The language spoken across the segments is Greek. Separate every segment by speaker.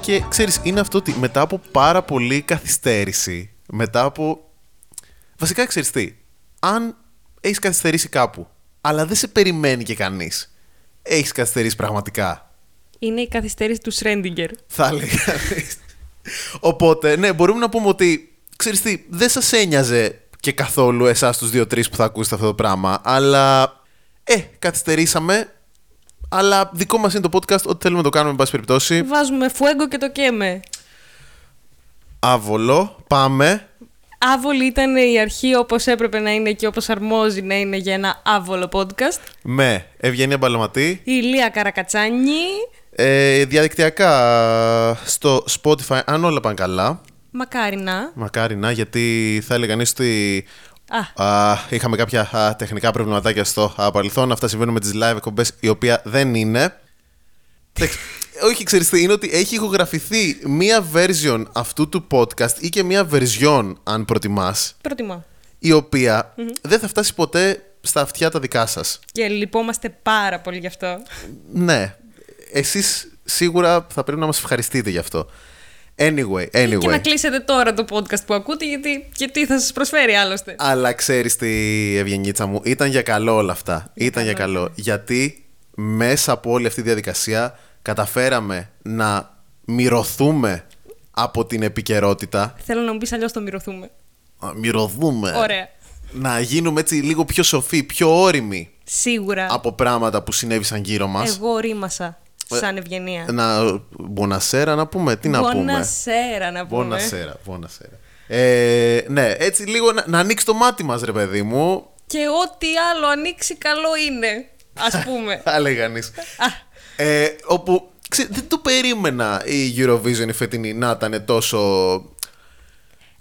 Speaker 1: Και ξέρεις, είναι αυτό ότι μετά από πάρα πολύ καθυστέρηση, μετά από. Βασικά ξέρεις τι. Αν έχεις καθυστερήσει κάπου, αλλά δεν σε περιμένει και κανείς, έχεις καθυστερήσει πραγματικά.
Speaker 2: Είναι η καθυστέρηση του Σρέντιγκερ.
Speaker 1: Θα έλεγα. Οπότε, ναι, μπορούμε να πούμε ότι ξέρεις τι, δεν σας ένοιαζε και καθόλου εσάς τους δύο-τρεις που θα ακούσετε αυτό το πράγμα, αλλά ε, καθυστερήσαμε, αλλά δικό μας είναι το podcast, ό,τι θέλουμε να το κάνουμε, εν πάση περιπτώσει.
Speaker 2: Βάζουμε φουέγκο και το καίμε.
Speaker 1: Άβολο, πάμε.
Speaker 2: Άβολη ήταν η αρχή όπως έπρεπε να είναι και όπως αρμόζει να είναι για ένα άβολο podcast.
Speaker 1: Με Ευγενία Μπαλαματή.
Speaker 2: Η Λία Καρακατσάνη.
Speaker 1: Ε, διαδικτυακά στο Spotify, αν όλα πάνε καλά.
Speaker 2: Μακάρινα.
Speaker 1: Μακάρι να, γιατί θα έλεγαν ότι
Speaker 2: Α.
Speaker 1: α, είχαμε κάποια α, τεχνικά προβληματάκια στο α, παρελθόν. Αυτά συμβαίνουν με τις live εκπομπές, η οποία δεν είναι. Εντάξει, Όχι, ξέρεις τι, είναι ότι έχει ηχογραφηθεί μία version αυτού του podcast ή και μία version, αν προτιμάς,
Speaker 2: Προτιμώ.
Speaker 1: η οποια δεν θα φτάσει ποτέ στα αυτιά τα δικά σας.
Speaker 2: Και λυπόμαστε πάρα πολύ γι' αυτό.
Speaker 1: Ναι, εσείς σίγουρα θα πρέπει να μας ευχαριστείτε γι' αυτό. Anyway, anyway.
Speaker 2: Ε, Και να κλείσετε τώρα το podcast που ακούτε, γιατί και τι θα σας προσφέρει άλλωστε.
Speaker 1: Αλλά ξέρεις τι, Ευγενίτσα μου, ήταν για καλό όλα αυτά. Ήταν για καλό. Γιατί μέσα από όλη αυτή τη διαδικασία καταφέραμε να μυρωθούμε από την επικαιρότητα.
Speaker 2: Θέλω να μου πεις αλλιώς το μυρωθούμε.
Speaker 1: Να Μυρωθούμε.
Speaker 2: Ωραία.
Speaker 1: Να γίνουμε έτσι λίγο πιο σοφοί, πιο όρημοι
Speaker 2: Σίγουρα.
Speaker 1: από πράγματα που συνέβησαν γύρω μας.
Speaker 2: Εγώ ρήμασα σαν ευγενία.
Speaker 1: Να, μπονασέρα να πούμε, τι να πούμε.
Speaker 2: Μπονασέρα να πούμε.
Speaker 1: Μπονασέρα, μπονασέρα. Ε, ναι, έτσι λίγο να, να ανοίξει το μάτι μας ρε παιδί μου.
Speaker 2: Και ό,τι άλλο ανοίξει καλό είναι, ας πούμε.
Speaker 1: Θα έλεγε κανείς. Ε, όπου ξέ- δεν το περίμενα η Eurovision η φετινή να ήταν τόσο.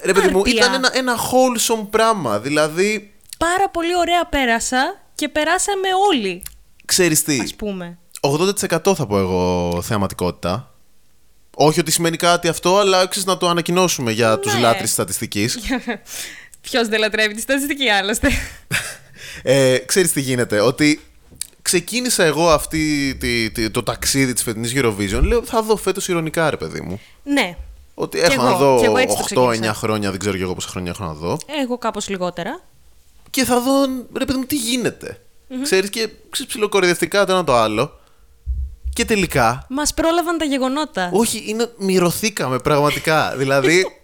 Speaker 1: Ρε παιδί μου,
Speaker 2: Άρτια.
Speaker 1: ήταν ένα, ένα wholesome πράγμα. Δηλαδή,
Speaker 2: Πάρα πολύ ωραία πέρασα και περάσαμε όλοι,
Speaker 1: ξέρεις τι,
Speaker 2: ας πούμε.
Speaker 1: 80% θα πω εγώ θεαματικότητα. Όχι ότι σημαίνει κάτι αυτό, αλλά ξέρεις να το ανακοινώσουμε για τους
Speaker 2: Ναι.
Speaker 1: λάτρεις στατιστικής.
Speaker 2: Ποιος δεν λατρεύει τη στατιστική, άλλωστε.
Speaker 1: ε, ξέρεις τι γίνεται, ότι ξεκίνησα εγώ αυτή, τη- τη- το ταξίδι της φετινής Eurovision. Λέω, θα δω φέτος ηρωνικά ρε παιδί μου.
Speaker 2: ναι.
Speaker 1: Ότι
Speaker 2: Κι
Speaker 1: έχω
Speaker 2: εγώ,
Speaker 1: να
Speaker 2: κι
Speaker 1: δω
Speaker 2: εγώ έτσι το
Speaker 1: 8-9
Speaker 2: ξεκίνησα.
Speaker 1: χρόνια, δεν ξέρω και εγώ πόσα χρόνια έχω να δω.
Speaker 2: Εγώ κάπως λιγότερα.
Speaker 1: Και θα δω, ρε παιδί μου, τι γινεται Ξέρεις και ξέρεις, ψιλοκορυδευτικά το ένα το άλλο. Και τελικά,
Speaker 2: Μας πρόλαβαν τα γεγονότα.
Speaker 1: όχι, είναι, μυρωθήκαμε πραγματικά. δηλαδή,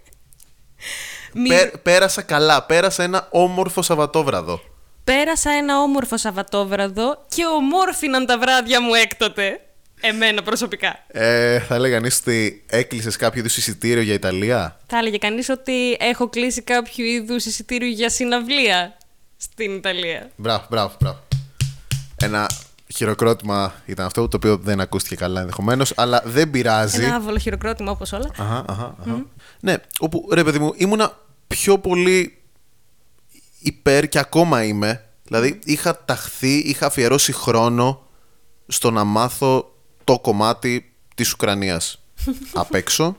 Speaker 2: Μη-
Speaker 1: πέ- πέρασα καλά, πέρασα ένα όμορφο Σαββατόβραδο.
Speaker 2: Πέρασα ένα όμορφο Σαββατόβραδο και ομόρφιναν τα βράδια μου έκτοτε. Εμένα προσωπικά.
Speaker 1: Ε, θα έλεγαν κανείς ότι έκλεισες κάποιο είδους εισιτήριο για Ιταλία.
Speaker 2: Θα έλεγε κανείς ότι έχω κλείσει κάποιο είδους εισιτήριο για συναυλία στην Ιταλία.
Speaker 1: Μπράβο, μπράβο, μπράβο. Ένα χειροκρότημα ήταν αυτό, το οποίο δεν ακούστηκε καλά ενδεχομένως, αλλά δεν πειράζει.
Speaker 2: Ένα άβολο χειροκρότημα όπως όλα.
Speaker 1: Αχα, αχα, αχα. Ναι, όπου ρε παιδί μου, ήμουνα πιο πολύ υπέρ και ακόμα είμαι. Δηλαδή, είχα ταχθεί, είχα αφιερώσει χρόνο στο να μάθω το κομμάτι της Ουκρανίας απ' έξω.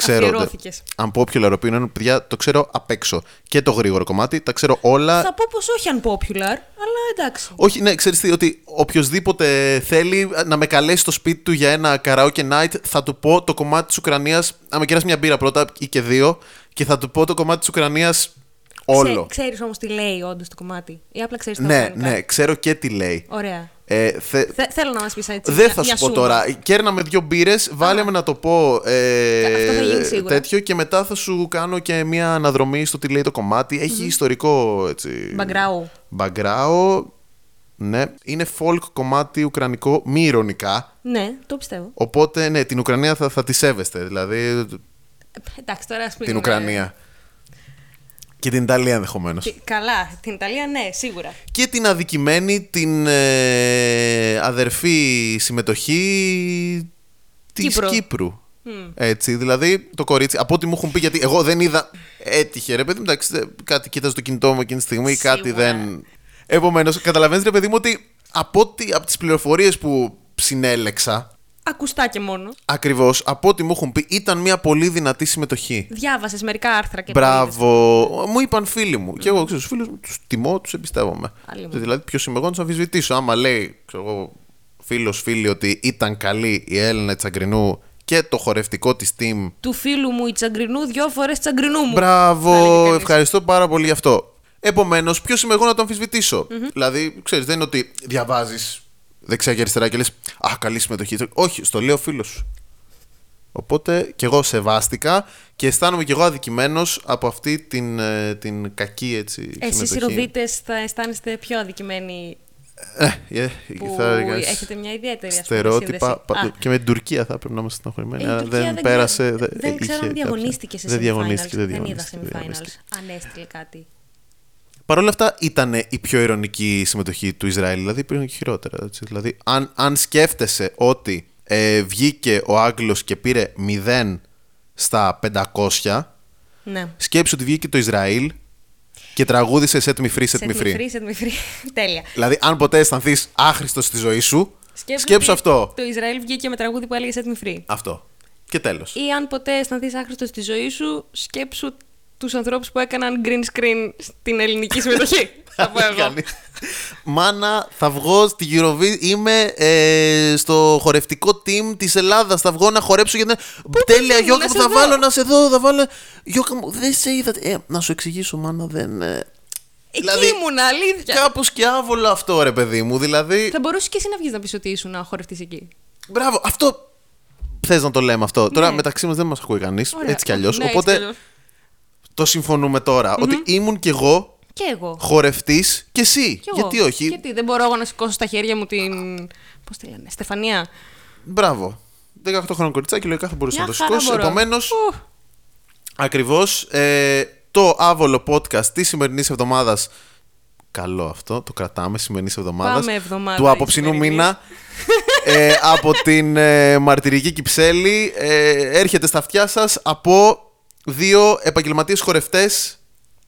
Speaker 2: Αφιερώθηκες.
Speaker 1: Αν πω ποιο είναι, παιδιά, το ξέρω απ' έξω. Και το γρήγορο κομμάτι, τα ξέρω όλα.
Speaker 2: Θα πω πως όχι unpopular, αλλά εντάξει.
Speaker 1: Όχι, ναι, ξέρεις τι, ότι οποιοδήποτε θέλει να με καλέσει στο σπίτι του για ένα karaoke night, θα του πω το κομμάτι της Ουκρανίας, να με κεράσει μια μπύρα πρώτα ή και δύο, και θα του πω το κομμάτι της Ουκρανίας όλο.
Speaker 2: Ξέρεις όμως τι λέει όντως το κομμάτι. Ή απλά ξέρεις τι
Speaker 1: ναι, ναι, ξέρω και τι λέει.
Speaker 2: Ωραία.
Speaker 1: Ε, θε-
Speaker 2: Θε- θέλω να μας πεις έτσι.
Speaker 1: Δεν
Speaker 2: μια-
Speaker 1: θα
Speaker 2: μια
Speaker 1: σου πω
Speaker 2: σούμα.
Speaker 1: τώρα. Κέρναμε δύο μπύρες, βάλε με να το πω ε,
Speaker 2: Αυτό θα γίνει σίγουρα.
Speaker 1: τέτοιο και μετά θα σου κάνω και μια αναδρομή στο τι λέει το κομμάτι. Έχει ιστορικό έτσι.
Speaker 2: Background.
Speaker 1: Μπαγκράο. Ναι, είναι folk κομμάτι ουκρανικό, μη ηρωνικά.
Speaker 2: Ναι, το πιστεύω.
Speaker 1: Οπότε, ναι, την Ουκρανία θα, θα τη σέβεστε. Δηλαδή,
Speaker 2: Ε, Εντάξει, τώρα ας πούμε.
Speaker 1: την Ουκρανία. Και την Ιταλία ενδεχομένως.
Speaker 2: Καλά, την Ιταλία ναι, σίγουρα.
Speaker 1: Και την αδικημένη, την ε, αδερφή συμμετοχή της
Speaker 2: Κύπρο.
Speaker 1: Κύπρου. Έτσι, δηλαδή το κορίτσι, από ό,τι μου έχουν πει, γιατί εγώ δεν είδα. Έτυχε, ρε παιδί μου, εντάξει, δεν- κάτι κοίταζε το κινητό μου εκείνη τη στιγμή, κάτι
Speaker 2: Σίγουρα.
Speaker 1: δεν. Επομένως, καταλαβαίνετε, ρε παιδί μου, ότι από, ό,τι- από τις πληροφορίες που συνέλεξα,
Speaker 2: Ακουστά και μόνο.
Speaker 1: ακριβώς από ό,τι μου έχουν πει, ήταν μια πολύ δυνατή συμμετοχή.
Speaker 2: Διάβασες μερικά άρθρα και.
Speaker 1: Μπράβο. Μου είπαν φίλοι μου. Και εγώ ξέρω του φίλους μου, τους τιμώ, τους εμπιστεύομαι.
Speaker 2: Άλλη μου.
Speaker 1: Δηλαδή, ποιος είμαι εγώ να τους αμφισβητήσω. Άμα λέει, ξέρω εγώ, φίλος φίλη ότι ήταν καλή η Έλληνα Τσαγκρινού και το χορευτικό της team.
Speaker 2: Του φίλου μου η Τσαγκρινού, δυο φορές Τσαγκρινού μου. θα έλεγε
Speaker 1: Μπράβο,
Speaker 2: κανείς.
Speaker 1: ευχαριστώ πάρα πολύ γι' αυτό. Επομένως, ποιος είμαι εγώ να το αμφισβητησω Δηλαδή, ξέρεις, δεν είναι ότι διαβάζεις δεξιά και αριστερά και λες Α, καλή συμμετοχή. Όχι, στο λέει ο φίλος σου. Οπότε και εγώ σεβάστηκα και αισθάνομαι και εγώ αδικημένος από αυτή την, ε, την κακή έτσι,
Speaker 2: Εσείς οι
Speaker 1: συμμετοχή.
Speaker 2: Ροδίτε θα αισθάνεστε πιο αδικημένοι
Speaker 1: Ε, ε,
Speaker 2: που
Speaker 1: θα έλεγα,
Speaker 2: έχετε μια ιδιαίτερη ας πούμε,
Speaker 1: Στερεότυπα.
Speaker 2: σύνδεση.
Speaker 1: πα-
Speaker 2: Α,
Speaker 1: Και με την Τουρκία θα πρέπει να είμαστε συναχωρημένοι.
Speaker 2: Ε, η
Speaker 1: αλλά
Speaker 2: Τουρκία
Speaker 1: δεν
Speaker 2: δεν
Speaker 1: πέρασε.
Speaker 2: ξέρω-
Speaker 1: δε-
Speaker 2: δεν ξέρω
Speaker 1: είχε
Speaker 2: αν
Speaker 1: κάποια-
Speaker 2: διαγωνίστηκε σε
Speaker 1: Δεν
Speaker 2: semifinals.
Speaker 1: διαγωνίστηκε. Δεν
Speaker 2: είδα
Speaker 1: διαγωνίστηκε. δεν
Speaker 2: semifinals.
Speaker 1: διαγωνίστηκε.
Speaker 2: Αν έστειλε κάτι.
Speaker 1: Παρ' όλα αυτά ήταν η πιο ηρωνική συμμετοχή του Ισραήλ, δηλαδή υπήρχαν και χειρότερα. έτσι. Δηλαδή, αν, αν σκέφτεσαι ότι ε, βγήκε ο Άγγλος και πήρε 0 στα 500,
Speaker 2: Ναι.
Speaker 1: σκέψου ότι βγήκε το Ισραήλ και τραγούδισε Set Me Free, Set Me Free.
Speaker 2: σε μη φρύ. Τέλεια.
Speaker 1: Δηλαδή, αν ποτέ αισθανθείς άχρηστος στη ζωή σου, σκέψου,
Speaker 2: ότι
Speaker 1: αυτό.
Speaker 2: Το Ισραήλ βγήκε με τραγούδι που έλεγε Set me free.
Speaker 1: Αυτό. Και τέλος.
Speaker 2: Ή αν ποτέ αισθανθείς άχρηστος στη ζωή σου, σκέψου τους ανθρώπους που έκαναν green screen στην ελληνική συμμετοχή. θα πω εγώ.
Speaker 1: Κανείς. Μάνα, θα βγω στη Eurovision. Είμαι ε, στο χορευτικό team της Ελλάδας. Θα βγω να χορέψω γιατί. Τέλεια,
Speaker 2: ήμουν,
Speaker 1: Γιώργο,
Speaker 2: να
Speaker 1: μου,
Speaker 2: σε
Speaker 1: θα
Speaker 2: δω.
Speaker 1: βάλω να σε δω. Θα βάλω. Γιώργο μου, δεν σε είδα. Ε, να σου εξηγήσω, Μάνα, δεν. Ε...
Speaker 2: Εκεί
Speaker 1: Δηλαδή,
Speaker 2: ήμουν, αλήθεια.
Speaker 1: Κάπως και άβολο αυτό, ρε παιδί μου. Δηλαδή.
Speaker 2: Θα μπορούσες και εσύ να βγεις να πεις ότι ήσουν να χορευτείς εκεί.
Speaker 1: Μπράβο, αυτό. Θες να το λέμε αυτό. Τώρα
Speaker 2: Ναι.
Speaker 1: μεταξύ μας δεν μας ακούει κανείς.
Speaker 2: Ωραία.
Speaker 1: Έτσι κι αλλιώς.
Speaker 2: Ναι, έτσι
Speaker 1: Οπότε
Speaker 2: κι αλλιώς.
Speaker 1: το συμφωνούμε τώρα, Ότι ήμουν κι εγώ
Speaker 2: Και εγώ.
Speaker 1: χορευτής κι εσύ.
Speaker 2: Κι εγώ.
Speaker 1: Γιατί όχι.
Speaker 2: Γιατί δεν μπορώ εγώ να σηκώσω στα χέρια μου την. Πώς τη λένε, Στεφανία.
Speaker 1: Μπράβο. 18 χρόνο κοριτσάκι, λογικά θα μπορούσε
Speaker 2: Μια
Speaker 1: να το
Speaker 2: χαρά
Speaker 1: σηκώσει.
Speaker 2: μπορώ.
Speaker 1: Επομένως,
Speaker 2: Ου,
Speaker 1: ακριβώς ε, το άβολο podcast της σημερινής εβδομάδας. Καλό αυτό, το κρατάμε σημερινής
Speaker 2: Πάμε
Speaker 1: εβδομάδα.
Speaker 2: εβδομάδα
Speaker 1: Του απόψινού
Speaker 2: σημερινής.
Speaker 1: μήνα. ε, από την ε, μαρτυρική Κυψέλη ε, έρχεται στα αυτιά σας από δύο επαγγελματίες χορευτές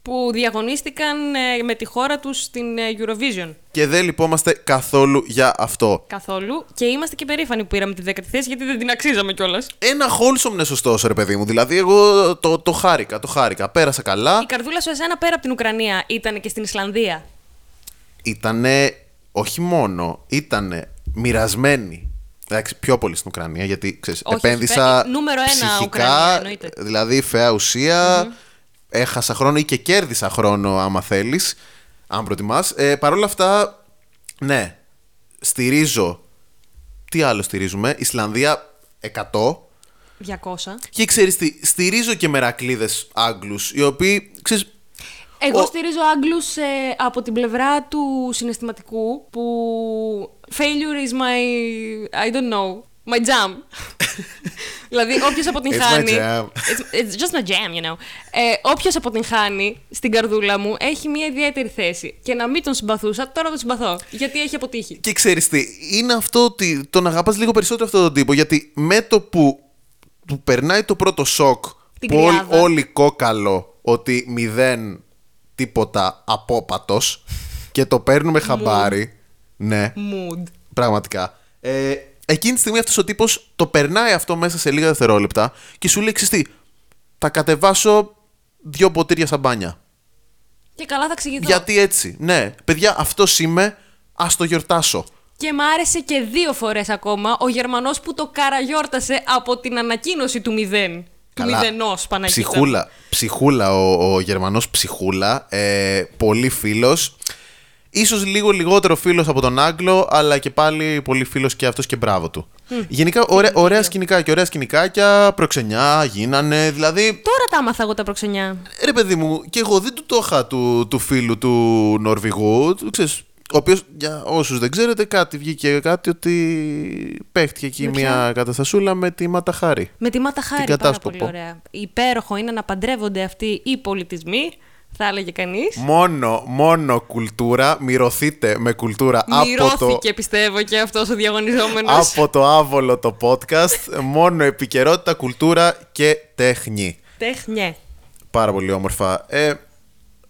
Speaker 2: που διαγωνίστηκαν ε, με τη χώρα τους στην ε, Eurovision.
Speaker 1: και δεν λυπόμαστε καθόλου για αυτό.
Speaker 2: Καθόλου. Και είμαστε και περήφανοι που πήραμε τη δέκατη θέση γιατί δεν την αξίζαμε κιόλας.
Speaker 1: Ένα wholesomeness ωστόσο, ρε παιδί μου. Δηλαδή, εγώ το, το χάρηκα, το χάρηκα. Πέρασα καλά.
Speaker 2: Η καρδούλα σου εσένα πέρα από την Ουκρανία ήταν και στην Ισλανδία.
Speaker 1: ήτανε όχι μόνο, ήτανε μοιρασμένη. Εντάξει, πιο πολύ στην Ουκρανία, γιατί ξέρεις,
Speaker 2: Όχι, όχι,
Speaker 1: επένδυσα
Speaker 2: πέ- νούμερο ένα
Speaker 1: ψυχικά,
Speaker 2: Ουκρανία, εννοείται.
Speaker 1: δηλαδή φαιά ουσία, έχασα χρόνο ή και κέρδισα χρόνο άμα θέλεις, αν προτιμάς. Ε, Παρ' όλα αυτά, ναι, στηρίζω, τι άλλο στηρίζουμε, Ισλανδία 100,
Speaker 2: 200.
Speaker 1: και ξέρεις τι, στηρίζω και μερακλείδες Άγγλους, οι οποίοι, ξέρεις,
Speaker 2: Εγώ
Speaker 1: Ο-
Speaker 2: στηρίζω Άγγλους ε, από την πλευρά του συναισθηματικού που failure is my, I don't know, my jam. δηλαδή όποιος αποτυγχάνει...
Speaker 1: It's my jam.
Speaker 2: It's, it's just my jam, you know. Ε, όποιος αποτυγχάνει στην καρδούλα μου έχει μια ιδιαίτερη θέση. Και να μην τον συμπαθούσα, τώρα τον συμπαθώ. Γιατί έχει αποτύχει.
Speaker 1: Και ξέρεις τι, είναι αυτό ότι τον αγαπάς λίγο περισσότερο αυτόν τον τύπο, γιατί με το που του περνάει το πρώτο σοκ,
Speaker 2: Την
Speaker 1: που όλοι,
Speaker 2: κρυάδα.
Speaker 1: όλοι κόκαλο ότι μηδέν τίποτα απόπατος και το παίρνουμε χαμπάρι, ναι,
Speaker 2: Mood.
Speaker 1: πραγματικά. Ε, εκείνη τη στιγμή αυτός ο τύπος το περνάει αυτό μέσα σε λίγα δευτερόλεπτα και σου λέει «Ξέρεις τι, θα κατεβάσω δύο ποτήρια σαμπάνια.
Speaker 2: Και καλά θα εξηγηθώ.
Speaker 1: Γιατί έτσι, ναι, παιδιά αυτός είμαι, ας το γιορτάσω.
Speaker 2: Και μ' άρεσε και δύο φορές ακόμα ο Γερμανός που το καραγιόρτασε από την ανακοίνωση του μηδέν. Του μηδενός, Παναγίτα. μου.
Speaker 1: Ψυχούλα. Ψυχούλα ο, ο Γερμανός ψυχούλα. Ε, πολύ φίλος. Ίσως λίγο λιγότερο φίλος από τον Άγγλο, αλλά και πάλι πολύ φίλος και αυτός και μπράβο του. Γενικά ωραία, ωραία σκηνικά και ωραία σκηνικάκια, προξενιά γίνανε, δηλαδή...
Speaker 2: Τώρα τα άμαθα εγώ τα προξενιά.
Speaker 1: Ρε παιδί μου, και εγώ δεν του το είχα του, του φίλου του Νορβηγού, του, ξέρεις, ο οποίος για όσους δεν ξέρετε κάτι βγήκε κάτι ότι παίχτηκε εκεί μια καταστασούλα με τη Ματαχάρη.
Speaker 2: Με τη Μάτα Χάρη πάρα
Speaker 1: κατάσκοπο.
Speaker 2: πολύ ωραία. Υπέροχο είναι να παντρεύονται αυτοί οι πολιτισμοί, θα έλεγε κανείς.
Speaker 1: Μόνο, μόνο κουλτούρα. Μυρωθείτε με κουλτούρα από το,
Speaker 2: Μυρώθηκε πιστεύω και αυτός ο διαγωνιζόμενος.
Speaker 1: από το άβολο το podcast. μόνο επικαιρότητα, κουλτούρα και τέχνη.
Speaker 2: Τέχνιε.
Speaker 1: Πάρα πολύ όμορφα. Ε,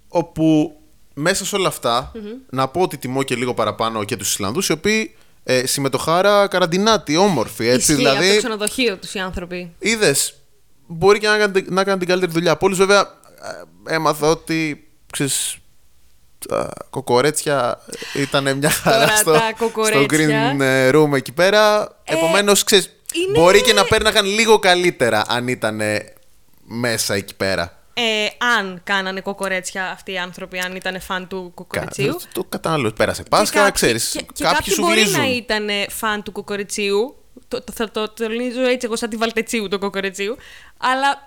Speaker 1: όπου μέσα σε όλα αυτά, να πω ότι τιμώ και λίγο παραπάνω και τους Ισλανδούς, οι οποίοι ε, συμμετοχάρα καραντινάτη, όμορφοι. Έτσι,
Speaker 2: Ισχύει
Speaker 1: δηλαδή,
Speaker 2: από το ξενοδοχείο τους οι άνθρωποι.
Speaker 1: Είδες, μπορεί και να κάνετε, να κάνετε την καλύτερη δουλειά. Πόλη, βέβαια, ε, έμαθα ότι ξέρεις, τα κοκορέτσια ήταν μια χαρά στο,
Speaker 2: τα
Speaker 1: στο
Speaker 2: κοκορέτσια.
Speaker 1: green ε, room εκεί πέρα. Επομένως, Επομένως, ξέρεις,
Speaker 2: Είναι-
Speaker 1: Μπορεί και να πέρναγαν λίγο καλύτερα αν ήταν μέσα εκεί πέρα.
Speaker 2: Ε, αν κάνανε κοκορέτσια αυτοί οι άνθρωποι, αν ήταν φαν του κοκορετσιού.
Speaker 1: Κα- Το κατάλληλο. Πέρασε Πάσχα,
Speaker 2: κάποιοι-
Speaker 1: ξέρεις.
Speaker 2: Και, και
Speaker 1: Κάποιοι σου
Speaker 2: μπορεί να
Speaker 1: γλίζουν.
Speaker 2: ήταν φαν του κοκορετσίου. Το, το, θα το τονίζω έτσι εγώ σαν τη βαλτετσίου του κοκορετσίου. Αλλά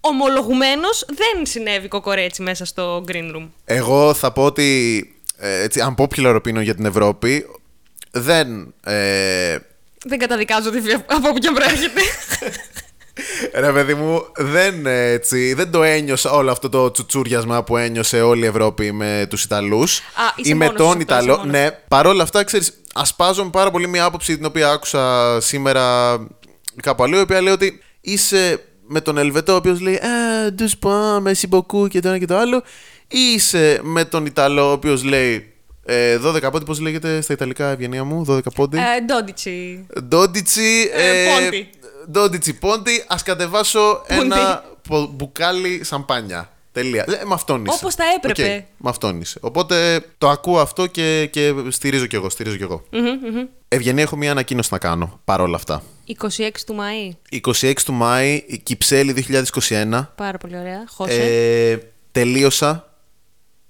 Speaker 2: ομολογουμένως δεν συνέβη κοκορέτσι μέσα στο green room.
Speaker 1: Εγώ θα πω ότι ε, έτσι, αν πω πινώ για την Ευρώπη, δεν. Ε,
Speaker 2: Δεν καταδικάζω τη βία από όπου και αν προέρχεται.
Speaker 1: ρε παιδί μου, δεν, ε, έτσι, δεν το ένιωσα όλο αυτό το τσουτσούριασμα που ένιωσε όλη η Ευρώπη με τους Ιταλούς
Speaker 2: είσαι
Speaker 1: ή με
Speaker 2: μόνος
Speaker 1: τον
Speaker 2: σου, αυτό, είσαι
Speaker 1: Ιταλό.
Speaker 2: μόνος.
Speaker 1: Ναι, παρόλα αυτά, ξέρεις, ασπάζομαι πάρα πολύ μια άποψη την οποία άκουσα σήμερα κάπου αλλού, η οποία λέει ότι είσαι με τον Ελβετό, ο οποίος λέει «Ε, ντους πα, με συμποκού» και το ένα και το άλλο, ή είσαι με τον Ιταλό, ο οποίος λέει ε, 12 πόντι, πώς λέγεται στα Ιταλικά, ευγενία μου, 12 πόντι.
Speaker 2: ε, Ντόντιτσι.
Speaker 1: Ντόντιτσι.
Speaker 2: Ε, Πόντι.
Speaker 1: Ντόντιτσι Πόντι. Ας κατεβάσω
Speaker 2: Πούντι.
Speaker 1: ένα πο- μπουκάλι σαμπάνια. Τελεία. Ε, με αυτόν είσαι.
Speaker 2: Όπως τα έπρεπε.
Speaker 1: Οκ, με αυτόν είσαι. Οπότε το ακούω αυτό και, και στηρίζω κι εγώ. Στηρίζω κι εγω Ευγενή, έχω μία ανακοίνωση να κάνω παρόλα αυτά.
Speaker 2: 26 του Μαΐ.
Speaker 1: 26 του Μάη, η Κυψέλη 2021.
Speaker 2: Πάρα πολύ ωραία. Χώσε.
Speaker 1: Ε, τελείωσα.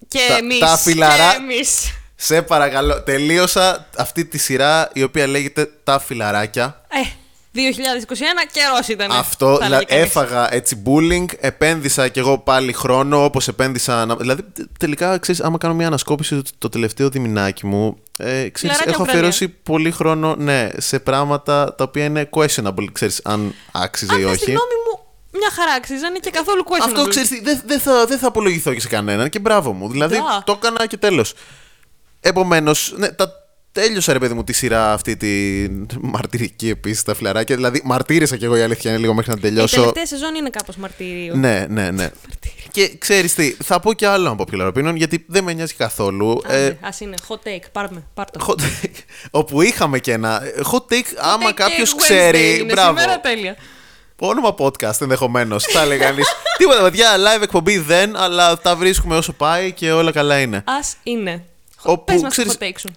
Speaker 2: και
Speaker 1: τα-
Speaker 2: εμείς.
Speaker 1: τα φιλαρά-
Speaker 2: Και εμείς.
Speaker 1: Σε παρακαλώ, τελείωσα αυτή τη σειρά η οποία λέγεται Τα φιλαράκια.
Speaker 2: Ε, 2021 καιρό ήταν.
Speaker 1: Αυτό, δηλαδή έφαγα έτσι bullying, επένδυσα κι εγώ πάλι χρόνο όπως επένδυσα. να- Δηλαδή τε- τελικά, ξέρεις, άμα κάνω μια ανασκόπηση το- το τελευταίο διμηνάκι μου, ε, ξέρεις,
Speaker 2: Φιλαράκια
Speaker 1: έχω
Speaker 2: Ουκρανία.
Speaker 1: αφιερώσει πολύ χρόνο, ναι, σε πράγματα τα οποία είναι questionable, ξέρεις, αν άξιζε ή
Speaker 2: Αν
Speaker 1: όχι.
Speaker 2: στη γνώμη μου, μια χαρά αξίζανε και καθόλου questionable.
Speaker 1: Αυτό ξέρεις, τι, δεν δεν θα, δεν θα απολογηθώ και σε κανέναν και μπράβο μου. Δηλαδή
Speaker 2: Ντά.
Speaker 1: το έκανα και τέλος. Επομένως, ναι, τα τέλειωσα ρε παιδί μου τη σειρά αυτή τη μαρτυρική επίσης τα φιλαράκια. Δηλαδή μαρτύρησα κι εγώ η αλήθεια είναι λίγο μέχρι να
Speaker 2: Η
Speaker 1: τελειώσω.
Speaker 2: τελευταία σεζόν είναι κάπως μαρτύριο.
Speaker 1: Ε, Ναι, ναι, ναι. και ξέρεις τι, θα πω και άλλο από popular opinion γιατί δεν με νοιάζει καθόλου. Ε,
Speaker 2: Ας είναι hot take, πάρμε, πάρ' το.
Speaker 1: hot take, όπου είχαμε και ένα ε, hot take, άμα
Speaker 2: Take
Speaker 1: κάποιος
Speaker 2: Wednesday
Speaker 1: ξέρει.
Speaker 2: είναι
Speaker 1: Μπράβο.
Speaker 2: Σήμερα τέλεια.
Speaker 1: Όνομα podcast ενδεχομένως, θα έλεγε κανείς. Τίποτα, παιδιά, live εκπομπή δεν, αλλά τα βρίσκουμε όσο πάει και όλα καλά είναι.
Speaker 2: Ας είναι.
Speaker 1: Όπου,
Speaker 2: Πες μας
Speaker 1: ξέρεις-
Speaker 2: το hot take σου.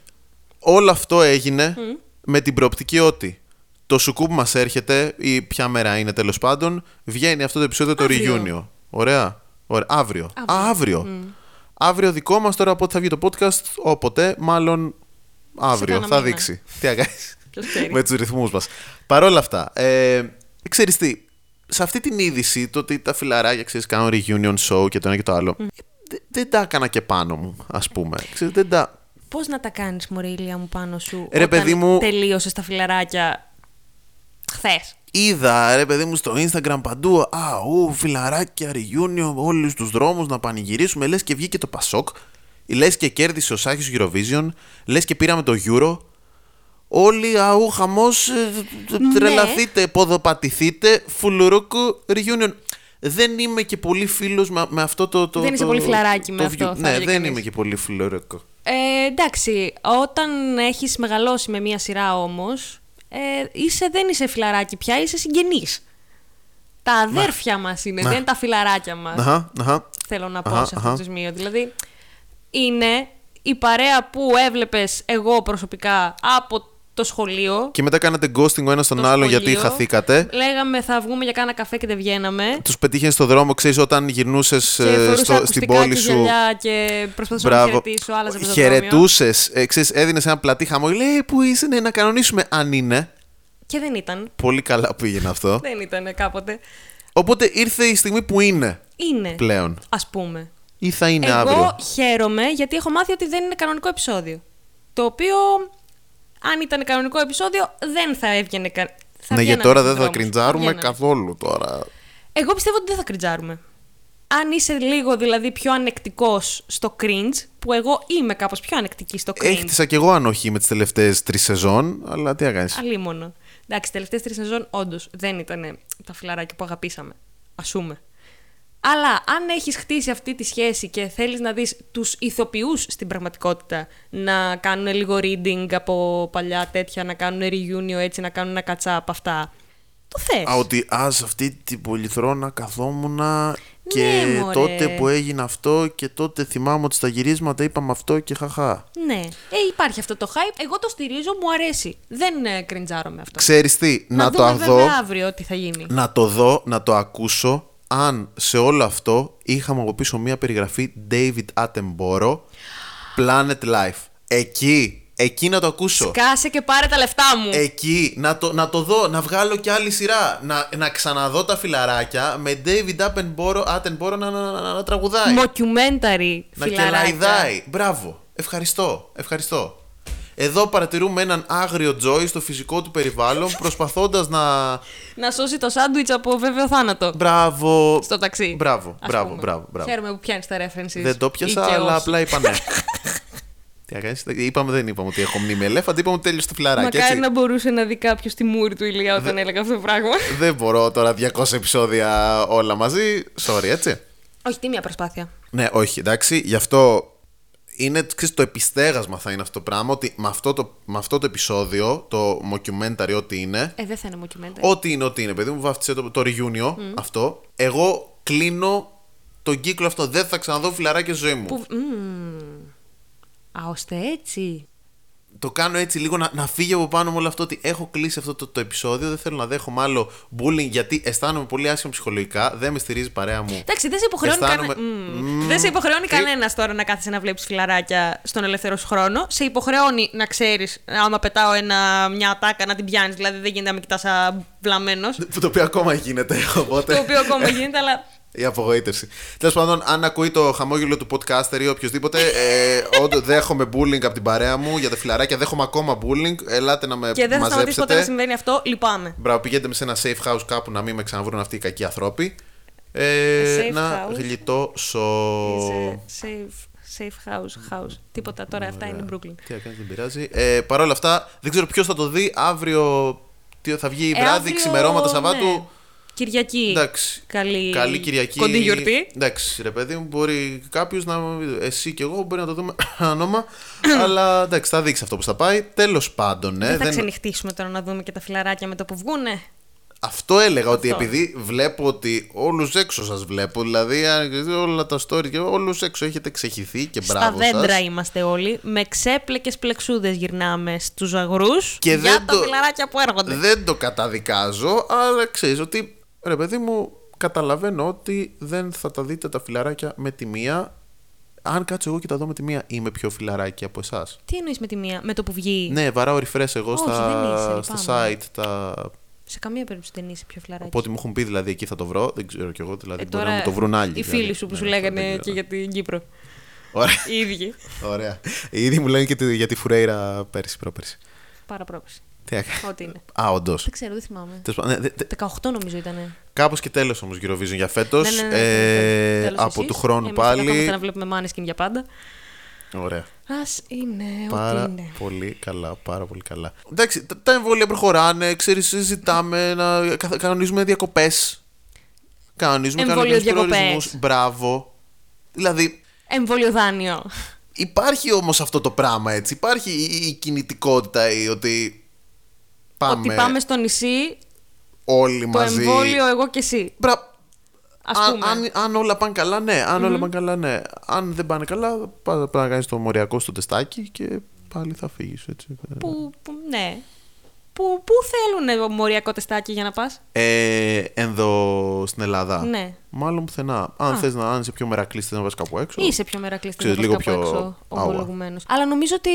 Speaker 1: Όλο αυτό έγινε με την προοπτική ότι το σουκούπ μας έρχεται, ή ποια μέρα είναι τέλος πάντων, βγαίνει αυτό το επεισόδιο το
Speaker 2: Αύριο.
Speaker 1: reunion. Ωραία. Ωραία. Αύριο. Αύριο. Α, αύριο. Αύριο δικό μας τώρα από ό,τι θα βγει το podcast, όποτε, μάλλον αύριο.
Speaker 2: κανένα
Speaker 1: Θα
Speaker 2: μήνα.
Speaker 1: δείξει. Τι αγάπη
Speaker 2: Ποιος ξέρει.
Speaker 1: με τους ρυθμούς μας. Παρ' όλα αυτά, ε, ξέρεις τι, σε αυτή την είδηση το ότι τα φιλαράκια ξέρεις κάνουν reunion show και το ένα και το άλλο. δε- Δεν τα έκανα και πάνω μου, ας πούμε. Ξέρεις, δεν τα.
Speaker 2: Πώς να τα κάνεις, μωρή Ηλία μου, πάνω σου,
Speaker 1: Ε, Ρε,
Speaker 2: όταν
Speaker 1: παιδί μου-
Speaker 2: τελείωσες τα φιλαράκια χθες.
Speaker 1: Είδα ρε παιδί μου στο Instagram παντού. Α, ου, φιλαράκια, reunion, όλους τους δρόμους να πανηγυρίσουμε. Λες και βγήκε το Πασόκ. Λες και κέρδισε ο Σάχης Eurovision. Λες και πήραμε το Euro. Όλοι αού χαμό,
Speaker 2: Ναι.
Speaker 1: ε, τρελαθείτε, ποδοπατηθείτε, φουλουρούκου, reunion. Δεν είμαι και πολύ φίλος με, με αυτό το. το
Speaker 2: Δεν είσαι
Speaker 1: το-
Speaker 2: πολύ φιλαράκι με
Speaker 1: το
Speaker 2: αυτό,
Speaker 1: view.
Speaker 2: θα
Speaker 1: Ναι,
Speaker 2: έλεγε
Speaker 1: δεν
Speaker 2: κανείς.
Speaker 1: είμαι και πολύ φιλουρούκο.
Speaker 2: Ε, εντάξει, όταν έχεις μεγαλώσει με μία σειρά όμως, ε, είσαι, δεν είσαι φιλαράκι πια, είσαι συγγενής. Τα αδέρφια μας είναι, δεν είναι τα φιλαράκια μας.
Speaker 1: Αχα, αχα.
Speaker 2: θέλω να πω
Speaker 1: Αχα,
Speaker 2: σε αυτό
Speaker 1: αχα.
Speaker 2: το σημείο. Δηλαδή, είναι η παρέα που έβλεπες εγώ προσωπικά από το σχολείο.
Speaker 1: Και μετά κάνατε ghosting ο ένας τον
Speaker 2: το
Speaker 1: άλλον γιατί
Speaker 2: σχολείο.
Speaker 1: χαθήκατε.
Speaker 2: Λέγαμε θα βγούμε για κάνα καφέ και δεν βγαίναμε.
Speaker 1: Τους πετύχες στον δρόμο, ξέρεις, όταν γυρνούσες
Speaker 2: Και φορούσα
Speaker 1: στην
Speaker 2: ακουστικά
Speaker 1: πόλη
Speaker 2: και
Speaker 1: σου.
Speaker 2: γυαλιά και προσπαθούσα να χαιρετήσω, άλλαζα πεζοδρόμιο.
Speaker 1: Χαιρετούσε, έδινε Ε, ένα πλατή χαμό. Λέει, Πού είσαι, ναι, να κανονίσουμε, αν είναι.
Speaker 2: Και δεν ήταν.
Speaker 1: Πολύ καλά που έγινε αυτό.
Speaker 2: Δεν ήταν κάποτε.
Speaker 1: Οπότε ήρθε η στιγμή που είναι
Speaker 2: Είναι,
Speaker 1: πλέον.
Speaker 2: ας πούμε.
Speaker 1: Ή θα είναι
Speaker 2: Εγώ
Speaker 1: αύριο.
Speaker 2: χαίρομαι γιατί έχω μάθει ότι δεν είναι κανονικό επεισόδιο. Το οποίο, αν ήταν κανονικό επεισόδιο, δεν θα έβγαινε κα... θα
Speaker 1: ναι, γιατί
Speaker 2: βγαίνανε
Speaker 1: τώρα
Speaker 2: στους
Speaker 1: δεν θα
Speaker 2: δρόμους.
Speaker 1: κριντζάρουμε
Speaker 2: Βγαίνανε.
Speaker 1: καθόλου τώρα.
Speaker 2: Εγώ πιστεύω ότι δεν θα κριτζάρουμε. Αν είσαι λίγο δηλαδή πιο ανεκτικός στο cringe, που εγώ είμαι κάπως πιο ανεκτική στο cringe.
Speaker 1: Έχτισα κι εγώ ανοχή με τις τελευταίες τρεις σεζόν, αλλά τι αγάπη.
Speaker 2: Αλίμονο. Εντάξει, τελευταίες τρεις σεζόν όντως δεν ήταν τα φιλαράκια που αγαπήσαμε. Ασούμε. Αλλά αν έχεις χτίσει αυτή τη σχέση και θέλεις να δεις τους ηθοποιούς στην πραγματικότητα να κάνουν λίγο reading από παλιά τέτοια, να κάνουν reunion έτσι, να κάνουν ένα κατσάπ αυτά. Το θες.
Speaker 1: Α, ότι ας, σε αυτή την πολυθρόνα καθόμουνα Και
Speaker 2: Ναι, μωρέ.
Speaker 1: τότε που έγινε αυτό και τότε θυμάμαι ότι στα γυρίσματα είπαμε αυτό και χαχά.
Speaker 2: Ναι. Ε, υπάρχει αυτό το hype. Εγώ το στηρίζω, μου αρέσει. Δεν ε, κριντζάρω με αυτό.
Speaker 1: Ξέρεις τι, να, το
Speaker 2: δούμε
Speaker 1: αδώ,
Speaker 2: βέβαια αύριο τι θα γίνει.
Speaker 1: να το δω, να το ακούσω αν σε όλο αυτό είχαμε από πίσω μία περιγραφή David Attenborough Planet Life. Εκεί, εκεί να το Ε, ακούσω.
Speaker 2: Κάσε και πάρε τα λεφτά μου.
Speaker 1: Εκεί, να το, να το δω, να βγάλω και άλλη σειρά. Να, να ξαναδώ τα φιλαράκια με David Attenborough, Attenborough να, να, να, να, να τραγουδάει.
Speaker 2: Μοκιουμένταρι,
Speaker 1: να
Speaker 2: φιλαράκια.
Speaker 1: κελαϊδάει. Μπράβο. Ευχαριστώ. Ευχαριστώ. Εδώ παρατηρούμε έναν άγριο Τζόι στο φυσικό του περιβάλλον προσπαθώντας να.
Speaker 2: Να σώσει το σάντουιτς από βέβαιο θάνατο.
Speaker 1: Μπράβο.
Speaker 2: Στο ταξί.
Speaker 1: Μπράβο,
Speaker 2: ας
Speaker 1: μπράβο,
Speaker 2: πούμε.
Speaker 1: μπράβο, μπράβο.
Speaker 2: Χαίρομαι που πιάνεις τα references.
Speaker 1: Δεν το πιάσα,
Speaker 2: Ή και
Speaker 1: αλλά
Speaker 2: όχι.
Speaker 1: απλά είπα ναι. Τι να κάνεις, είπαμε, δεν είπαμε ότι έχω μνήμη ελέφαντα, είπαμε ότι τέλειωσε το φιλαράκι.
Speaker 2: Μακάρι
Speaker 1: έτσι.
Speaker 2: να μπορούσε να δει κάποιος τη μούρη του ηλιά όταν έλεγα αυτό το πράγμα.
Speaker 1: Δεν μπορώ τώρα 200 επεισόδια όλα μαζί. Sorry, έτσι.
Speaker 2: όχι, τι μια προσπάθεια.
Speaker 1: Ναι, όχι, εντάξει, γι' αυτό είναι ξέρεις, το επιστέγασμα θα είναι αυτό το πράγμα ότι με αυτό το, με αυτό το επεισόδιο, το mockumentary ό,τι είναι,
Speaker 2: Ε, δεν θα είναι μοκιουμένταρι.
Speaker 1: ό,τι είναι, ό,τι είναι, παιδί μου, βάφτισε το, το reunion αυτό, εγώ κλείνω τον κύκλο αυτό, δεν θα ξαναδώ φιλαράκια στη ζωή μου.
Speaker 2: Που... Μμμ. Α, ώστε έτσι.
Speaker 1: Το κάνω έτσι λίγο να, να φύγει από πάνω μου όλο αυτό ότι έχω κλείσει αυτό το, το επεισόδιο, δεν θέλω να δέχομαι άλλο bullying γιατί αισθάνομαι πολύ άσχημα ψυχολογικά, δεν με στηρίζει η παρέα μου.
Speaker 2: Εντάξει, δεν σε υποχρεώνει,
Speaker 1: Αισθάνομαι-
Speaker 2: κανέ... Μμμ.
Speaker 1: Μμμ.
Speaker 2: δεν σε υποχρεώνει
Speaker 1: Ε,
Speaker 2: κανένας τώρα να κάθεσαι να βλέπεις φιλαράκια στον ελεύθερο σου χρόνο. Σε υποχρεώνει να ξέρεις, άμα πετάω ένα, μια ατάκα, να την πιάνεις. Δηλαδή δεν γίνεται να με κοιτάς βλαμμένος.
Speaker 1: Το οποίο ακόμα γίνεται, οπότε...
Speaker 2: το οποίο ακόμα γίνεται, αλλά.
Speaker 1: Η απογοήτευση. Τέλος πάντων, αν ακούει το χαμόγελο του podcaster ή οποιοδήποτε, ε, όντως δέχομαι bullying από την παρέα μου για τα φιλαράκια. Δέχομαι ακόμα bullying. Ελάτε να με
Speaker 2: Και δεν θα σταματήσει ποτέ να
Speaker 1: μαζέψετε.
Speaker 2: συμβαίνει αυτό. Λυπάμαι.
Speaker 1: Μπράβο, πηγαίνετε με σε ένα safe house κάπου να μην με ξαναβρούν αυτοί οι κακοί άνθρωποι. Ε,
Speaker 2: Safe
Speaker 1: να
Speaker 2: house.
Speaker 1: γλιτώσω.
Speaker 2: Είσαι safe, safe house, house. Τίποτα τώρα, αυτά είναι Brooklyn.
Speaker 1: Τι να κάνεις, δεν πειράζει. Ε, Παρ' όλα αυτά, δεν ξέρω ποιος θα το δει αύριο. Τι, θα βγει βράδυ,
Speaker 2: αύριο,
Speaker 1: ξημερώματα, Σαββάτου.
Speaker 2: ναι. Κυριακή.
Speaker 1: Εντάξει.
Speaker 2: Καλή,
Speaker 1: Καλή Κυριακή.
Speaker 2: Κοντή γιορτή.
Speaker 1: Εντάξει, ρε παιδί μου, μπορεί κάποιος να. Εσύ και εγώ μπορεί να το δούμε άνομα. αλλά εντάξει, θα δείξει αυτό που θα πάει. Τέλος πάντων, ε,
Speaker 2: δεν θα
Speaker 1: δεν-
Speaker 2: ξενυχτήσουμε τώρα να δούμε και τα φιλαράκια με το που βγούνε.
Speaker 1: αυτό έλεγα ότι
Speaker 2: Αυτό.
Speaker 1: επειδή βλέπω ότι όλους έξω σας βλέπω. Δηλαδή, αν- όλα τα story και όλους έξω έχετε ξεχυθεί και
Speaker 2: Στα
Speaker 1: μπράβο
Speaker 2: δέντρα
Speaker 1: σας.
Speaker 2: είμαστε όλοι. Με ξέπλεκες πλεξούδες γυρνάμε στους αγρούς
Speaker 1: Και
Speaker 2: για
Speaker 1: δεν
Speaker 2: τα
Speaker 1: το-
Speaker 2: φιλαράκια που έρχονται.
Speaker 1: Δεν το καταδικάζω, αλλά ξέρεις ότι ρε παιδί μου, καταλαβαίνω ότι δεν θα τα δείτε τα φιλαράκια με τη μία. Αν κάτσω εγώ και τα δω με τη μία, είμαι πιο φιλαράκι από εσάς.
Speaker 2: Τι εννοείς με τη μία, με το που βγει.
Speaker 1: Ναι, βαράω refresh εγώ
Speaker 2: Όχι, δεν
Speaker 1: στα,
Speaker 2: είσαι,
Speaker 1: στα
Speaker 2: λυπάμαι.
Speaker 1: site. Τα...
Speaker 2: Σε καμία περίπτωση δεν είσαι πιο φιλαράκι.
Speaker 1: Από ό,τι μου έχουν πει δηλαδή εκεί θα το βρω. Δεν ξέρω κι εγώ, δηλαδή
Speaker 2: Ε,
Speaker 1: μπορεί να μου το βρουν άλλοι.
Speaker 2: Οι
Speaker 1: δηλαδή.
Speaker 2: φίλοι σου που
Speaker 1: Ναι,
Speaker 2: σου
Speaker 1: αυτό δεν
Speaker 2: λέγανε
Speaker 1: ξέρω.
Speaker 2: και για την Κύπρο.
Speaker 1: Ωραία.
Speaker 2: Οι ίδιοι.
Speaker 1: Ωραία. Ήδη μου λένε και τη- για τη Φουρέιρα πέρσι, πρόπερσι.
Speaker 2: Παραπρόψη.
Speaker 1: Τι έκανα.
Speaker 2: Ό,τι είναι.
Speaker 1: Α, όντως.
Speaker 2: Δεν ξέρω, δεν θυμάμαι.
Speaker 1: Τέλος
Speaker 2: 18 νομίζω ήταν.
Speaker 1: Κάπως και τέλος όμως Eurovision για φέτος.
Speaker 2: Ναι, ναι, ναι, ναι, ναι. Τέλος
Speaker 1: ε, από
Speaker 2: εσείς.
Speaker 1: του χρόνου
Speaker 2: Εμείς θα καθόμαστε
Speaker 1: πάλι.
Speaker 2: να βλέπουμε Måneskin για πάντα.
Speaker 1: Ωραία.
Speaker 2: Ας είναι
Speaker 1: Πάρα
Speaker 2: Ε, ό,τι είναι.
Speaker 1: πολύ καλά, πάρα πολύ καλά. Εντάξει, τα, τα εμβόλια προχωράνε, ξέρεις, συζητάμε, να καθα- κανονίζουμε διακοπές. Κανονίζουμε κανονικούς
Speaker 2: Εμβολιοδιακοπές.
Speaker 1: προορισμούς. Μπράβο. Δηλαδή,
Speaker 2: Εμβόλιο δάνειο.
Speaker 1: υπάρχει όμως αυτό το πράγμα, έτσι. Υπάρχει η, η- η κινητικότητα, η ότι πάμε,
Speaker 2: Ότι πάμε στο νησί,
Speaker 1: όλοι
Speaker 2: το
Speaker 1: μαζί.
Speaker 2: εμβόλιο εγώ και εσύ.
Speaker 1: Μπρα-
Speaker 2: Ας
Speaker 1: αν,
Speaker 2: πούμε.
Speaker 1: αν, αν όλα πάνε καλά, ναι. Αν όλα πάνε καλά, ναι. Αν δεν πάνε καλά, πά- πά να κάνεις το μοριακό στο τεστάκι και πάλι θα φύγεις, έτσι.
Speaker 2: Που, που, ναι. Που, που θέλουν ε, μοριακό τεστάκι για να πας.
Speaker 1: Ε, ενδο στην Ελλάδα.
Speaker 2: Ναι.
Speaker 1: Μάλλον πουθενά. Αν θες να αν είσαι πιο μερακλής, θες να πας κάπου έξω.
Speaker 2: Είσαι πιο μερακλειστή
Speaker 1: Ξέρεις,
Speaker 2: να πας
Speaker 1: λίγο
Speaker 2: κάπου
Speaker 1: πιο
Speaker 2: έξω,
Speaker 1: άουα.
Speaker 2: ομολογουμένος. Αλλά νομίζω ότι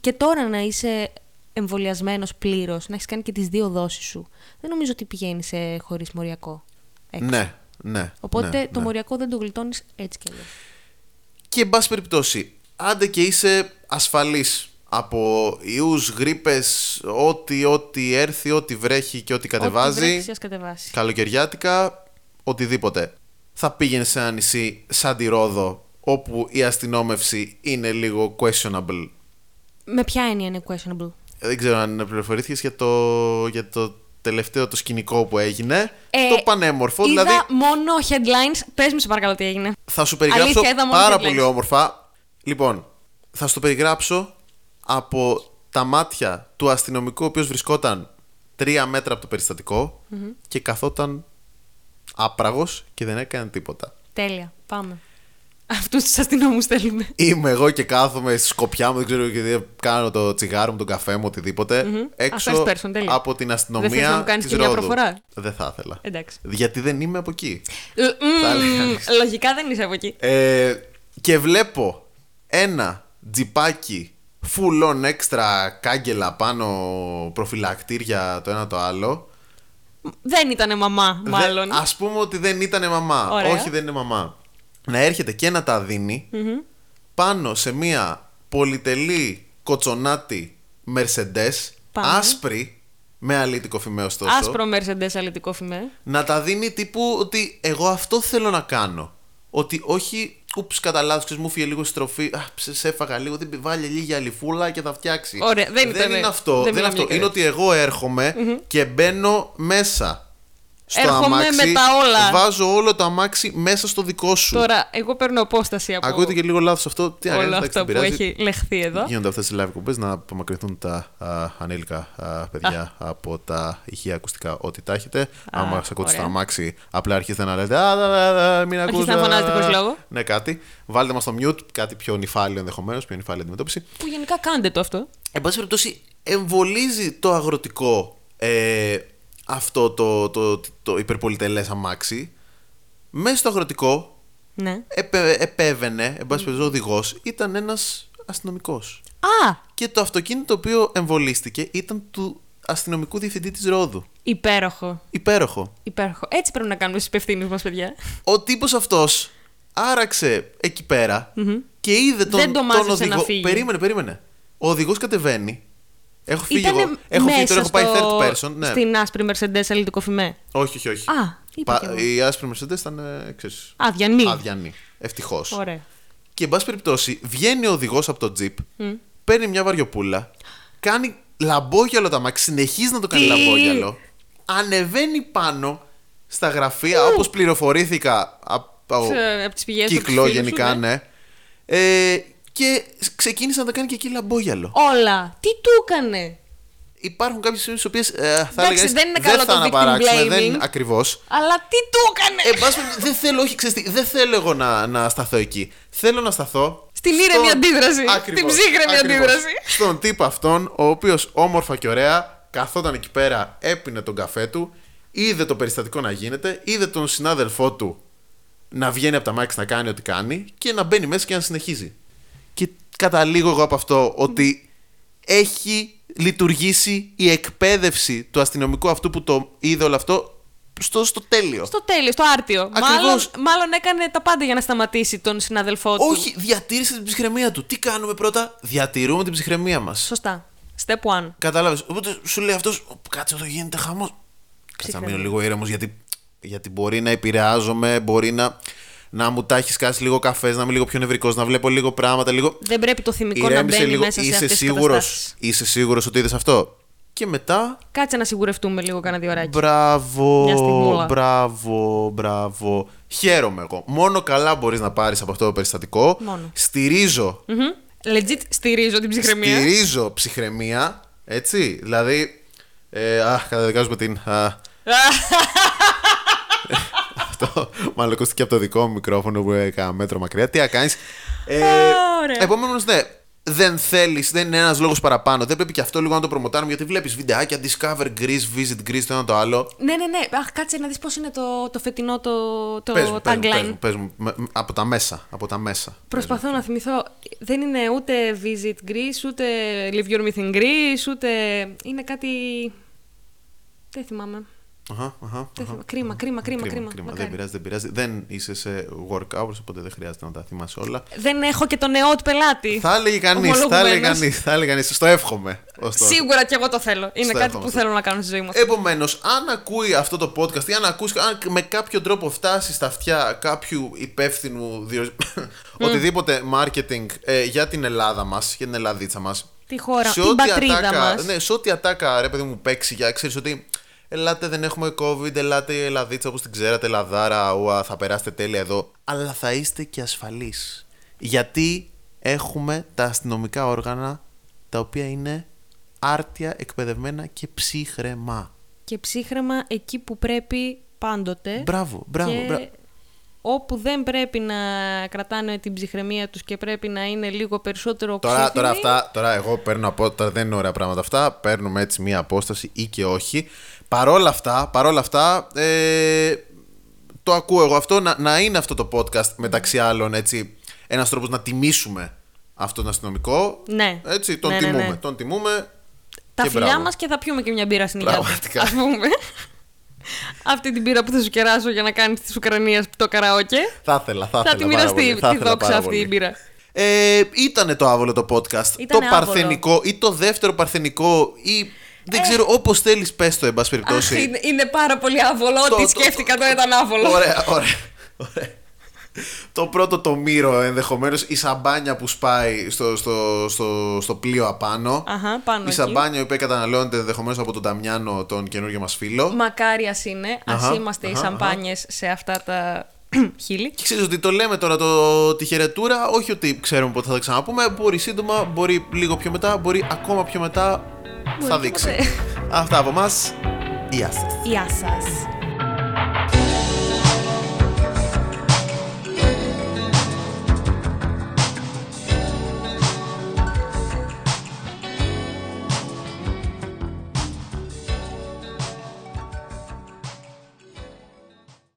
Speaker 2: και τώρα να είσαι εμβολιασμένος πλήρως, να έχεις κάνει και τις δύο δόσεις σου, δεν νομίζω ότι πηγαίνεις χωρίς μοριακό. έξω.
Speaker 1: Ναι, ναι.
Speaker 2: Οπότε
Speaker 1: ναι,
Speaker 2: το
Speaker 1: ναι.
Speaker 2: μοριακό δεν το γλιτώνεις έτσι κι αλλιώς.
Speaker 1: Και εν πάση περιπτώσει, άντε και είσαι ασφαλής από ιούς, γρήπες, ό,τι, ό,τι έρθει, ό,τι βρέχει και ό,τι κατεβάζει.
Speaker 2: Ό,τι κατεβάσεις.
Speaker 1: καλοκαιριάτικα, οτιδήποτε. Θα πήγαινε σε ένα νησί σαν τη Ρόδο, όπου η αστυνόμευση είναι λίγο questionable.
Speaker 2: Με ποια έννοια είναι questionable.
Speaker 1: Δεν ξέρω αν πληροφορήθηκες για το, για το τελευταίο το σκηνικό που έγινε.
Speaker 2: Ε,
Speaker 1: το πανέμορφο.
Speaker 2: Είδα
Speaker 1: Δηλαδή,
Speaker 2: μόνο headlines. Πες μου, σε παρακαλώ, τι έγινε.
Speaker 1: θα σου περιγράψω
Speaker 2: Αλήθεια, είδα μόνο
Speaker 1: πάρα
Speaker 2: headlines.
Speaker 1: πολύ όμορφα. Λοιπόν, θα σου το περιγράψω από τα μάτια του αστυνομικού, ο οποίος βρισκόταν τρία μέτρα από το περιστατικο και καθόταν άπραγος και δεν έκανε τίποτα.
Speaker 2: Τέλεια. Πάμε. Αυτούς τους αστυνόμους θέλουμε.
Speaker 1: Είμαι εγώ και κάθομαι στη σκοπιά μου, δεν ξέρω και δεν κάνω το τσιγάρο μου, τον καφέ μου, οτιδήποτε,
Speaker 2: Α,
Speaker 1: Έξω
Speaker 2: first person, τέλεια.
Speaker 1: από την αστυνομία.
Speaker 2: Δεν θες να μου κάνεις
Speaker 1: της
Speaker 2: και μια
Speaker 1: Ρόδου.
Speaker 2: προφορά? Ε,
Speaker 1: Δεν θα ήθελα.
Speaker 2: Εντάξει.
Speaker 1: Γιατί δεν είμαι από εκεί.
Speaker 2: Λ-
Speaker 1: Θα
Speaker 2: μμμ,
Speaker 1: λέγαμε.
Speaker 2: Λογικά δεν είσαι από εκεί.
Speaker 1: Ε, και βλέπω ένα τζιπάκι full on έξτρα κάγκελα πάνω προφυλακτήρια το ένα το άλλο.
Speaker 2: Δεν ήταν μαμά, μάλλον.
Speaker 1: Ας πούμε ότι δεν ήταν μαμά.
Speaker 2: Ωραία.
Speaker 1: Όχι, δεν είναι μαμά. Να έρχεται και να τα δινει πάνω σε μια πολυτελή κοτσονάτη Mercedes,
Speaker 2: Πάμε.
Speaker 1: άσπρη, με αλήτικο φημαίο ωστόσο.
Speaker 2: Άσπρο Mercedes αλητικό φημέ.
Speaker 1: Να τα δίνει τύπου ότι εγώ αυτό θέλω να κάνω. Ότι όχι, ούψ, κατά λάθος, ξέρεις, μου φύγε λίγο στροφή. Α, ψε, σε έφαγα λίγο, την βάλει λίγη αληφούλα και θα φτιάξει.
Speaker 2: Ωραία, δεν ήτανε-
Speaker 1: είναι αυτό.
Speaker 2: δεν
Speaker 1: Δεν, είναι,
Speaker 2: μιλάμε
Speaker 1: αυτό.
Speaker 2: για
Speaker 1: είναι ότι εγώ έρχομαι και μπαίνω μέσα. Στο
Speaker 2: Έρχομαι
Speaker 1: αμάξι,
Speaker 2: με τα όλα.
Speaker 1: Βάζω όλο το αμάξι μέσα στο δικό σου.
Speaker 2: Τώρα, εγώ παίρνω απόσταση από
Speaker 1: Ακούγεται και λίγο λάθος αυτό. Τι να
Speaker 2: όλο
Speaker 1: κάνεις, εντάξει,
Speaker 2: αυτό
Speaker 1: δεν
Speaker 2: που
Speaker 1: πειράζει.
Speaker 2: έχει λεχθεί εδώ.
Speaker 1: Γίνονται αυτές οι live εκπομπές να απομακρυνθούν τα α, ανήλικα α, παιδιά από τα ηχεία ακουστικά ό,τι τα έχετε. Άμα σας ακούτε στο
Speaker 2: ωραία.
Speaker 1: αμάξι, απλά αρχίστε να λέτε Α, δα, δα, δα, μην ακούτε.
Speaker 2: να φωνάζετε χωρίς λόγο.
Speaker 1: Ναι, κάτι. Βάλτε μας στο mute, κάτι πιο νυφάλιο ενδεχομένως, πιο νυφάλια αντιμετώπιση.
Speaker 2: Που γενικά κάντε το αυτό.
Speaker 1: Εν πάση περιπτώσει, εμβολίζει το αγροτικό ε, αυτό το, το, το, το υπερπολιτελές αμάξι. Μέσα στο αγροτικό
Speaker 2: Ναι.
Speaker 1: επε, επέβαινε, εν πάση περιπτώσει, ο οδηγός ήταν ένας αστυνομικός.
Speaker 2: Α!
Speaker 1: Και το αυτοκίνητο το οποίο εμβολίστηκε ήταν του αστυνομικού διευθυντή της Ρόδου.
Speaker 2: Υπέροχο.
Speaker 1: Υπέροχο.
Speaker 2: Υπέροχο. Έτσι πρέπει να κάνουμε στους υπευθύνους μας, παιδιά.
Speaker 1: Ο τύπος αυτός άραξε εκεί πέρα και είδε τον,
Speaker 2: Δεν το
Speaker 1: τον
Speaker 2: μάζεψε να
Speaker 1: οδηγό.
Speaker 2: φύγει.
Speaker 1: περίμενε, περίμενε. Ο οδηγός κατεβαίνει. Έχω φύγει
Speaker 2: Ήτανε
Speaker 1: εγώ. Έχω φύγει τώρα,
Speaker 2: μέσα
Speaker 1: έχω πάει
Speaker 2: στο-
Speaker 1: third person. Ναι.
Speaker 2: Στην άσπρη Mercedes αλητικό φημέ.
Speaker 1: Όχι, όχι, όχι.
Speaker 2: Α, είπα κι εγώ.
Speaker 1: Η άσπρη Mercedes ήταν, ε, ξέρεις,
Speaker 2: Αδιανή.
Speaker 1: αδιανή. Ευτυχώς.
Speaker 2: Ωραία.
Speaker 1: Και εν πάση περιπτώσει, βγαίνει ο οδηγός από το τζιπ, παίρνει μια βαριοπούλα, κάνει λαμπόγιαλο τα μάξι, συνεχίζει να το κάνει
Speaker 2: Τι?
Speaker 1: λαμπόγιαλο, ανεβαίνει πάνω στα γραφεία, όπως πληροφορήθηκα από
Speaker 2: Ξέρω, από τις πηγές του,
Speaker 1: κύκλο
Speaker 2: από τους φίλους
Speaker 1: γενικά,
Speaker 2: σου,
Speaker 1: ναι. Ε, και ξεκίνησε να τα κάνει και εκεί λαμπόγιαλο.
Speaker 2: Όλα. Τι του έκανε.
Speaker 1: Υπάρχουν κάποιες στιγμές οποίες ε, θα
Speaker 2: Εντάξει,
Speaker 1: έλεγα.
Speaker 2: δεν είναι καλό
Speaker 1: θα
Speaker 2: το victim
Speaker 1: αναπαράξουμε, δεν
Speaker 2: blaming.
Speaker 1: ακριβώς.
Speaker 2: Αλλά τι του έκανε.
Speaker 1: Ε, εν πάση περιπτώσει, δεν θέλω, όχι, ξέρεις τι, δεν θέλω εγώ να, να σταθώ εκεί. Θέλω να σταθώ.
Speaker 2: Στην ήρεμη αντίδραση. Στην ψύχρεμη αντίδραση.
Speaker 1: Στον τύπο αυτόν, ο οποίος όμορφα και ωραία καθόταν εκεί πέρα, έπινε τον καφέ του, είδε το περιστατικό να γίνεται, είδε τον συνάδελφό του να βγαίνει από τα μάξι να κάνει ό,τι κάνει και να μπαίνει μέσα και να συνεχίζει. Και καταλήγω εγώ από αυτό ότι έχει λειτουργήσει η εκπαίδευση του αστυνομικού αυτού που το είδε όλο αυτό στο, στο τέλειο.
Speaker 2: Στο τέλειο, στο άρτιο. Μάλλον,
Speaker 1: Ακριβώς.
Speaker 2: μάλλον έκανε τα πάντα για να σταματήσει τον συναδελφό του.
Speaker 1: Όχι, διατήρησε την ψυχραιμία του. Τι κάνουμε πρώτα, διατηρούμε την ψυχραιμία μας.
Speaker 2: Σωστά. Step one.
Speaker 1: Κατάλαβες. Οπότε σου λέει αυτός, κάτσε εδώ γίνεται χαμός. Κάτσε να μείνω λίγο ήρεμος γιατί, γιατί μπορεί να επηρεάζομαι, μπορεί να, να μου τα έχεις κάσει λίγο καφές, να είμαι λίγο πιο νευρικός, να βλέπω λίγο πράγματα, λίγο.
Speaker 2: Δεν πρέπει το θυμικό να
Speaker 1: Ηρέμησε
Speaker 2: μπαίνει
Speaker 1: λίγο.
Speaker 2: μέσα σε
Speaker 1: Είσαι
Speaker 2: αυτές
Speaker 1: σίγουρο
Speaker 2: τις καταστάσεις.
Speaker 1: είσαι σίγουρος ότι είδες αυτό. Και μετά.
Speaker 2: Κάτσε να σιγουρευτούμε λίγο κανένα δύο ωράκια. Μια
Speaker 1: Μπράβο,
Speaker 2: στιγμούλα.
Speaker 1: μπράβο, μπράβο. Χαίρομαι εγώ. Μόνο καλά μπορείς να πάρεις από αυτό το περιστατικό.
Speaker 2: Μόνο.
Speaker 1: Στηρίζω
Speaker 2: Μμμ. Legit στηρίζω την ψυχραιμία.
Speaker 1: Στηρίζω ψυχραιμία. Έτσι. Δηλαδή. Ε, α, καταδικάζουμε την. Α, αυτό. Μάλλον ακούστηκε από το δικό μου μικρόφωνο που έκανα μέτρο μακριά. Τι να κάνεις. Ε,
Speaker 2: Α, ωραία.
Speaker 1: Επόμενος, ναι. Δεν θέλεις, δεν είναι ένας λόγος παραπάνω. Δεν πρέπει και αυτό λίγο να το προμοτάρουμε γιατί βλέπεις βιντεάκια Discover Greece, Visit Greece, το ένα το άλλο.
Speaker 2: ναι, ναι, ναι. Αχ, κάτσε να δεις πώς είναι το, το φετινό το, το
Speaker 1: Πες μου, πες μου, πες
Speaker 2: tagline.
Speaker 1: μου, πες μου, με- με- από τα μέσα. Από τα μέσα.
Speaker 2: Προσπαθώ να θυμηθώ. Δεν είναι ούτε Visit Greece, ούτε Live Your Myth in Greece, ούτε. Είναι κάτι. Δεν θυμάμαι.
Speaker 1: Αχα, αχα,
Speaker 2: Δεν
Speaker 1: αχα.
Speaker 2: θυμάμαι. Κρίμα, κρίμα, κρίμα, κρίμα.
Speaker 1: Δεν
Speaker 2: Μακάρι.
Speaker 1: πειράζει, δεν πειράζει. Δεν είσαι σε work hours, οπότε δεν χρειάζεται να τα θυμάσαι όλα.
Speaker 2: Δεν έχω και τον νεό του πελάτη.
Speaker 1: Θα έλεγε κανείς, θα
Speaker 2: Ομολογουμένος.
Speaker 1: έλεγε κανείς, θα έλεγε κανείς. Στο εύχομαι. ωστόσο.
Speaker 2: Σίγουρα και εγώ το θέλω. Είναι
Speaker 1: Στο Ε,
Speaker 2: κάτι
Speaker 1: εύχομαι
Speaker 2: που
Speaker 1: αυτό.
Speaker 2: θέλω να κάνω στη ζωή μου.
Speaker 1: Επομένως, αν ακούει αυτό το podcast ή αν, ακούς, αν με κάποιο τρόπο φτάσει στα αυτιά κάποιου υπεύθυνου διο... οτιδήποτε marketing ε, για την Ελλάδα μας, για την Ελλαδίτσα μας.
Speaker 2: Τη χώρα, την πατρίδα μας.
Speaker 1: Ναι, σε ό,τι ατάκα ρε παιδί μου παίξει για ξέρεις ότι. Ελάτε, δεν έχουμε COVID, ελάτε η Ελλαδίτσα όπως την ξέρατε, Ελλαδάρα, ουα, θα περάσετε τέλεια εδώ. Αλλά θα είστε και ασφαλείς. Γιατί έχουμε τα αστυνομικά όργανα τα οποία είναι άρτια, εκπαιδευμένα και ψύχρεμα.
Speaker 2: Και ψύχρεμα εκεί που πρέπει πάντοτε.
Speaker 1: Μπράβο, μπράβο,
Speaker 2: Ε, και
Speaker 1: μπράβο.
Speaker 2: Όπου δεν πρέπει να κρατάνε την ψυχραιμία τους και πρέπει να είναι λίγο περισσότερο
Speaker 1: Τώρα, τώρα,
Speaker 2: ξύθινοι,
Speaker 1: αυτά, τώρα εγώ παίρνω από τώρα δεν είναι ωραία πράγματα αυτά. Παίρνουμε έτσι μία απόσταση ή και όχι. Παρόλα αυτά, παρόλα αυτά ε, το ακούω εγώ αυτό να, να είναι αυτό το podcast μεταξύ άλλων έτσι, ένας τρόπος να τιμήσουμε αυτόν τον αστυνομικό.
Speaker 2: Ναι.
Speaker 1: Έτσι, τον
Speaker 2: Ναι, ναι,
Speaker 1: τιμούμε.
Speaker 2: ναι.
Speaker 1: Τον τιμούμε.
Speaker 2: Τα
Speaker 1: και
Speaker 2: φιλιά
Speaker 1: μπράβο.
Speaker 2: μας και θα πιούμε και μια μπύρα στην υγειά του,
Speaker 1: Πραγματικά.
Speaker 2: ας πούμε. Αυτή την μπύρα που θα σου κεράσω για να κάνεις της Ουκρανίας το καραόκε.
Speaker 1: Θα ήθελα, θα,
Speaker 2: Θα
Speaker 1: ήθελα
Speaker 2: τη
Speaker 1: πάρα
Speaker 2: μοιραστεί
Speaker 1: πολύ, θα
Speaker 2: τη
Speaker 1: ήθελα πάρα
Speaker 2: δόξα αυτή η
Speaker 1: πολύ.
Speaker 2: μπύρα.
Speaker 1: Ε, ήτανε το άβολο το podcast.
Speaker 2: Ήτανε
Speaker 1: το
Speaker 2: άβολο.
Speaker 1: παρθενικό ή το δεύτερο παρθενικό ή.
Speaker 2: Ε.
Speaker 1: Δεν ξέρω, όπως θέλεις, πες το, εν πάση
Speaker 2: Αχ,
Speaker 1: περιπτώσει.
Speaker 2: είναι, είναι πάρα πολύ άβολο.
Speaker 1: Το-
Speaker 2: Ό,τι
Speaker 1: το-
Speaker 2: σκέφτηκα τώρα ήταν άβολο.
Speaker 1: Ωραία, ωραία. ωραία. Το πρώτο το μύρο ενδεχομένως, η σαμπάνια που σπάει στο, στο, στο, στο πλοίο απάνω.
Speaker 2: Αχα, πάνω
Speaker 1: η
Speaker 2: εκεί.
Speaker 1: σαμπάνια η οποία καταναλώνεται ενδεχομένως από τον Ταμιάνο, τον καινούργιο μας φίλο.
Speaker 2: Μακάρι ας είναι, ας
Speaker 1: Αχα,
Speaker 2: είμαστε οι
Speaker 1: αχα,
Speaker 2: σαμπάνιες σε αυτά τα χείλη.
Speaker 1: Και ξέρεις ότι το λέμε τώρα το, τη χαιρετούρα, όχι ότι ξέρουμε πότε θα τα ξαναπούμε. Μπορεί σύντομα, μπορεί λίγο πιο μετά, μπορεί ακόμα πιο μετά.
Speaker 2: Μπορεί
Speaker 1: θα δείξει.
Speaker 2: ποτέ.
Speaker 1: Αυτά από εμά. Γεια σας.
Speaker 2: Γεια σας.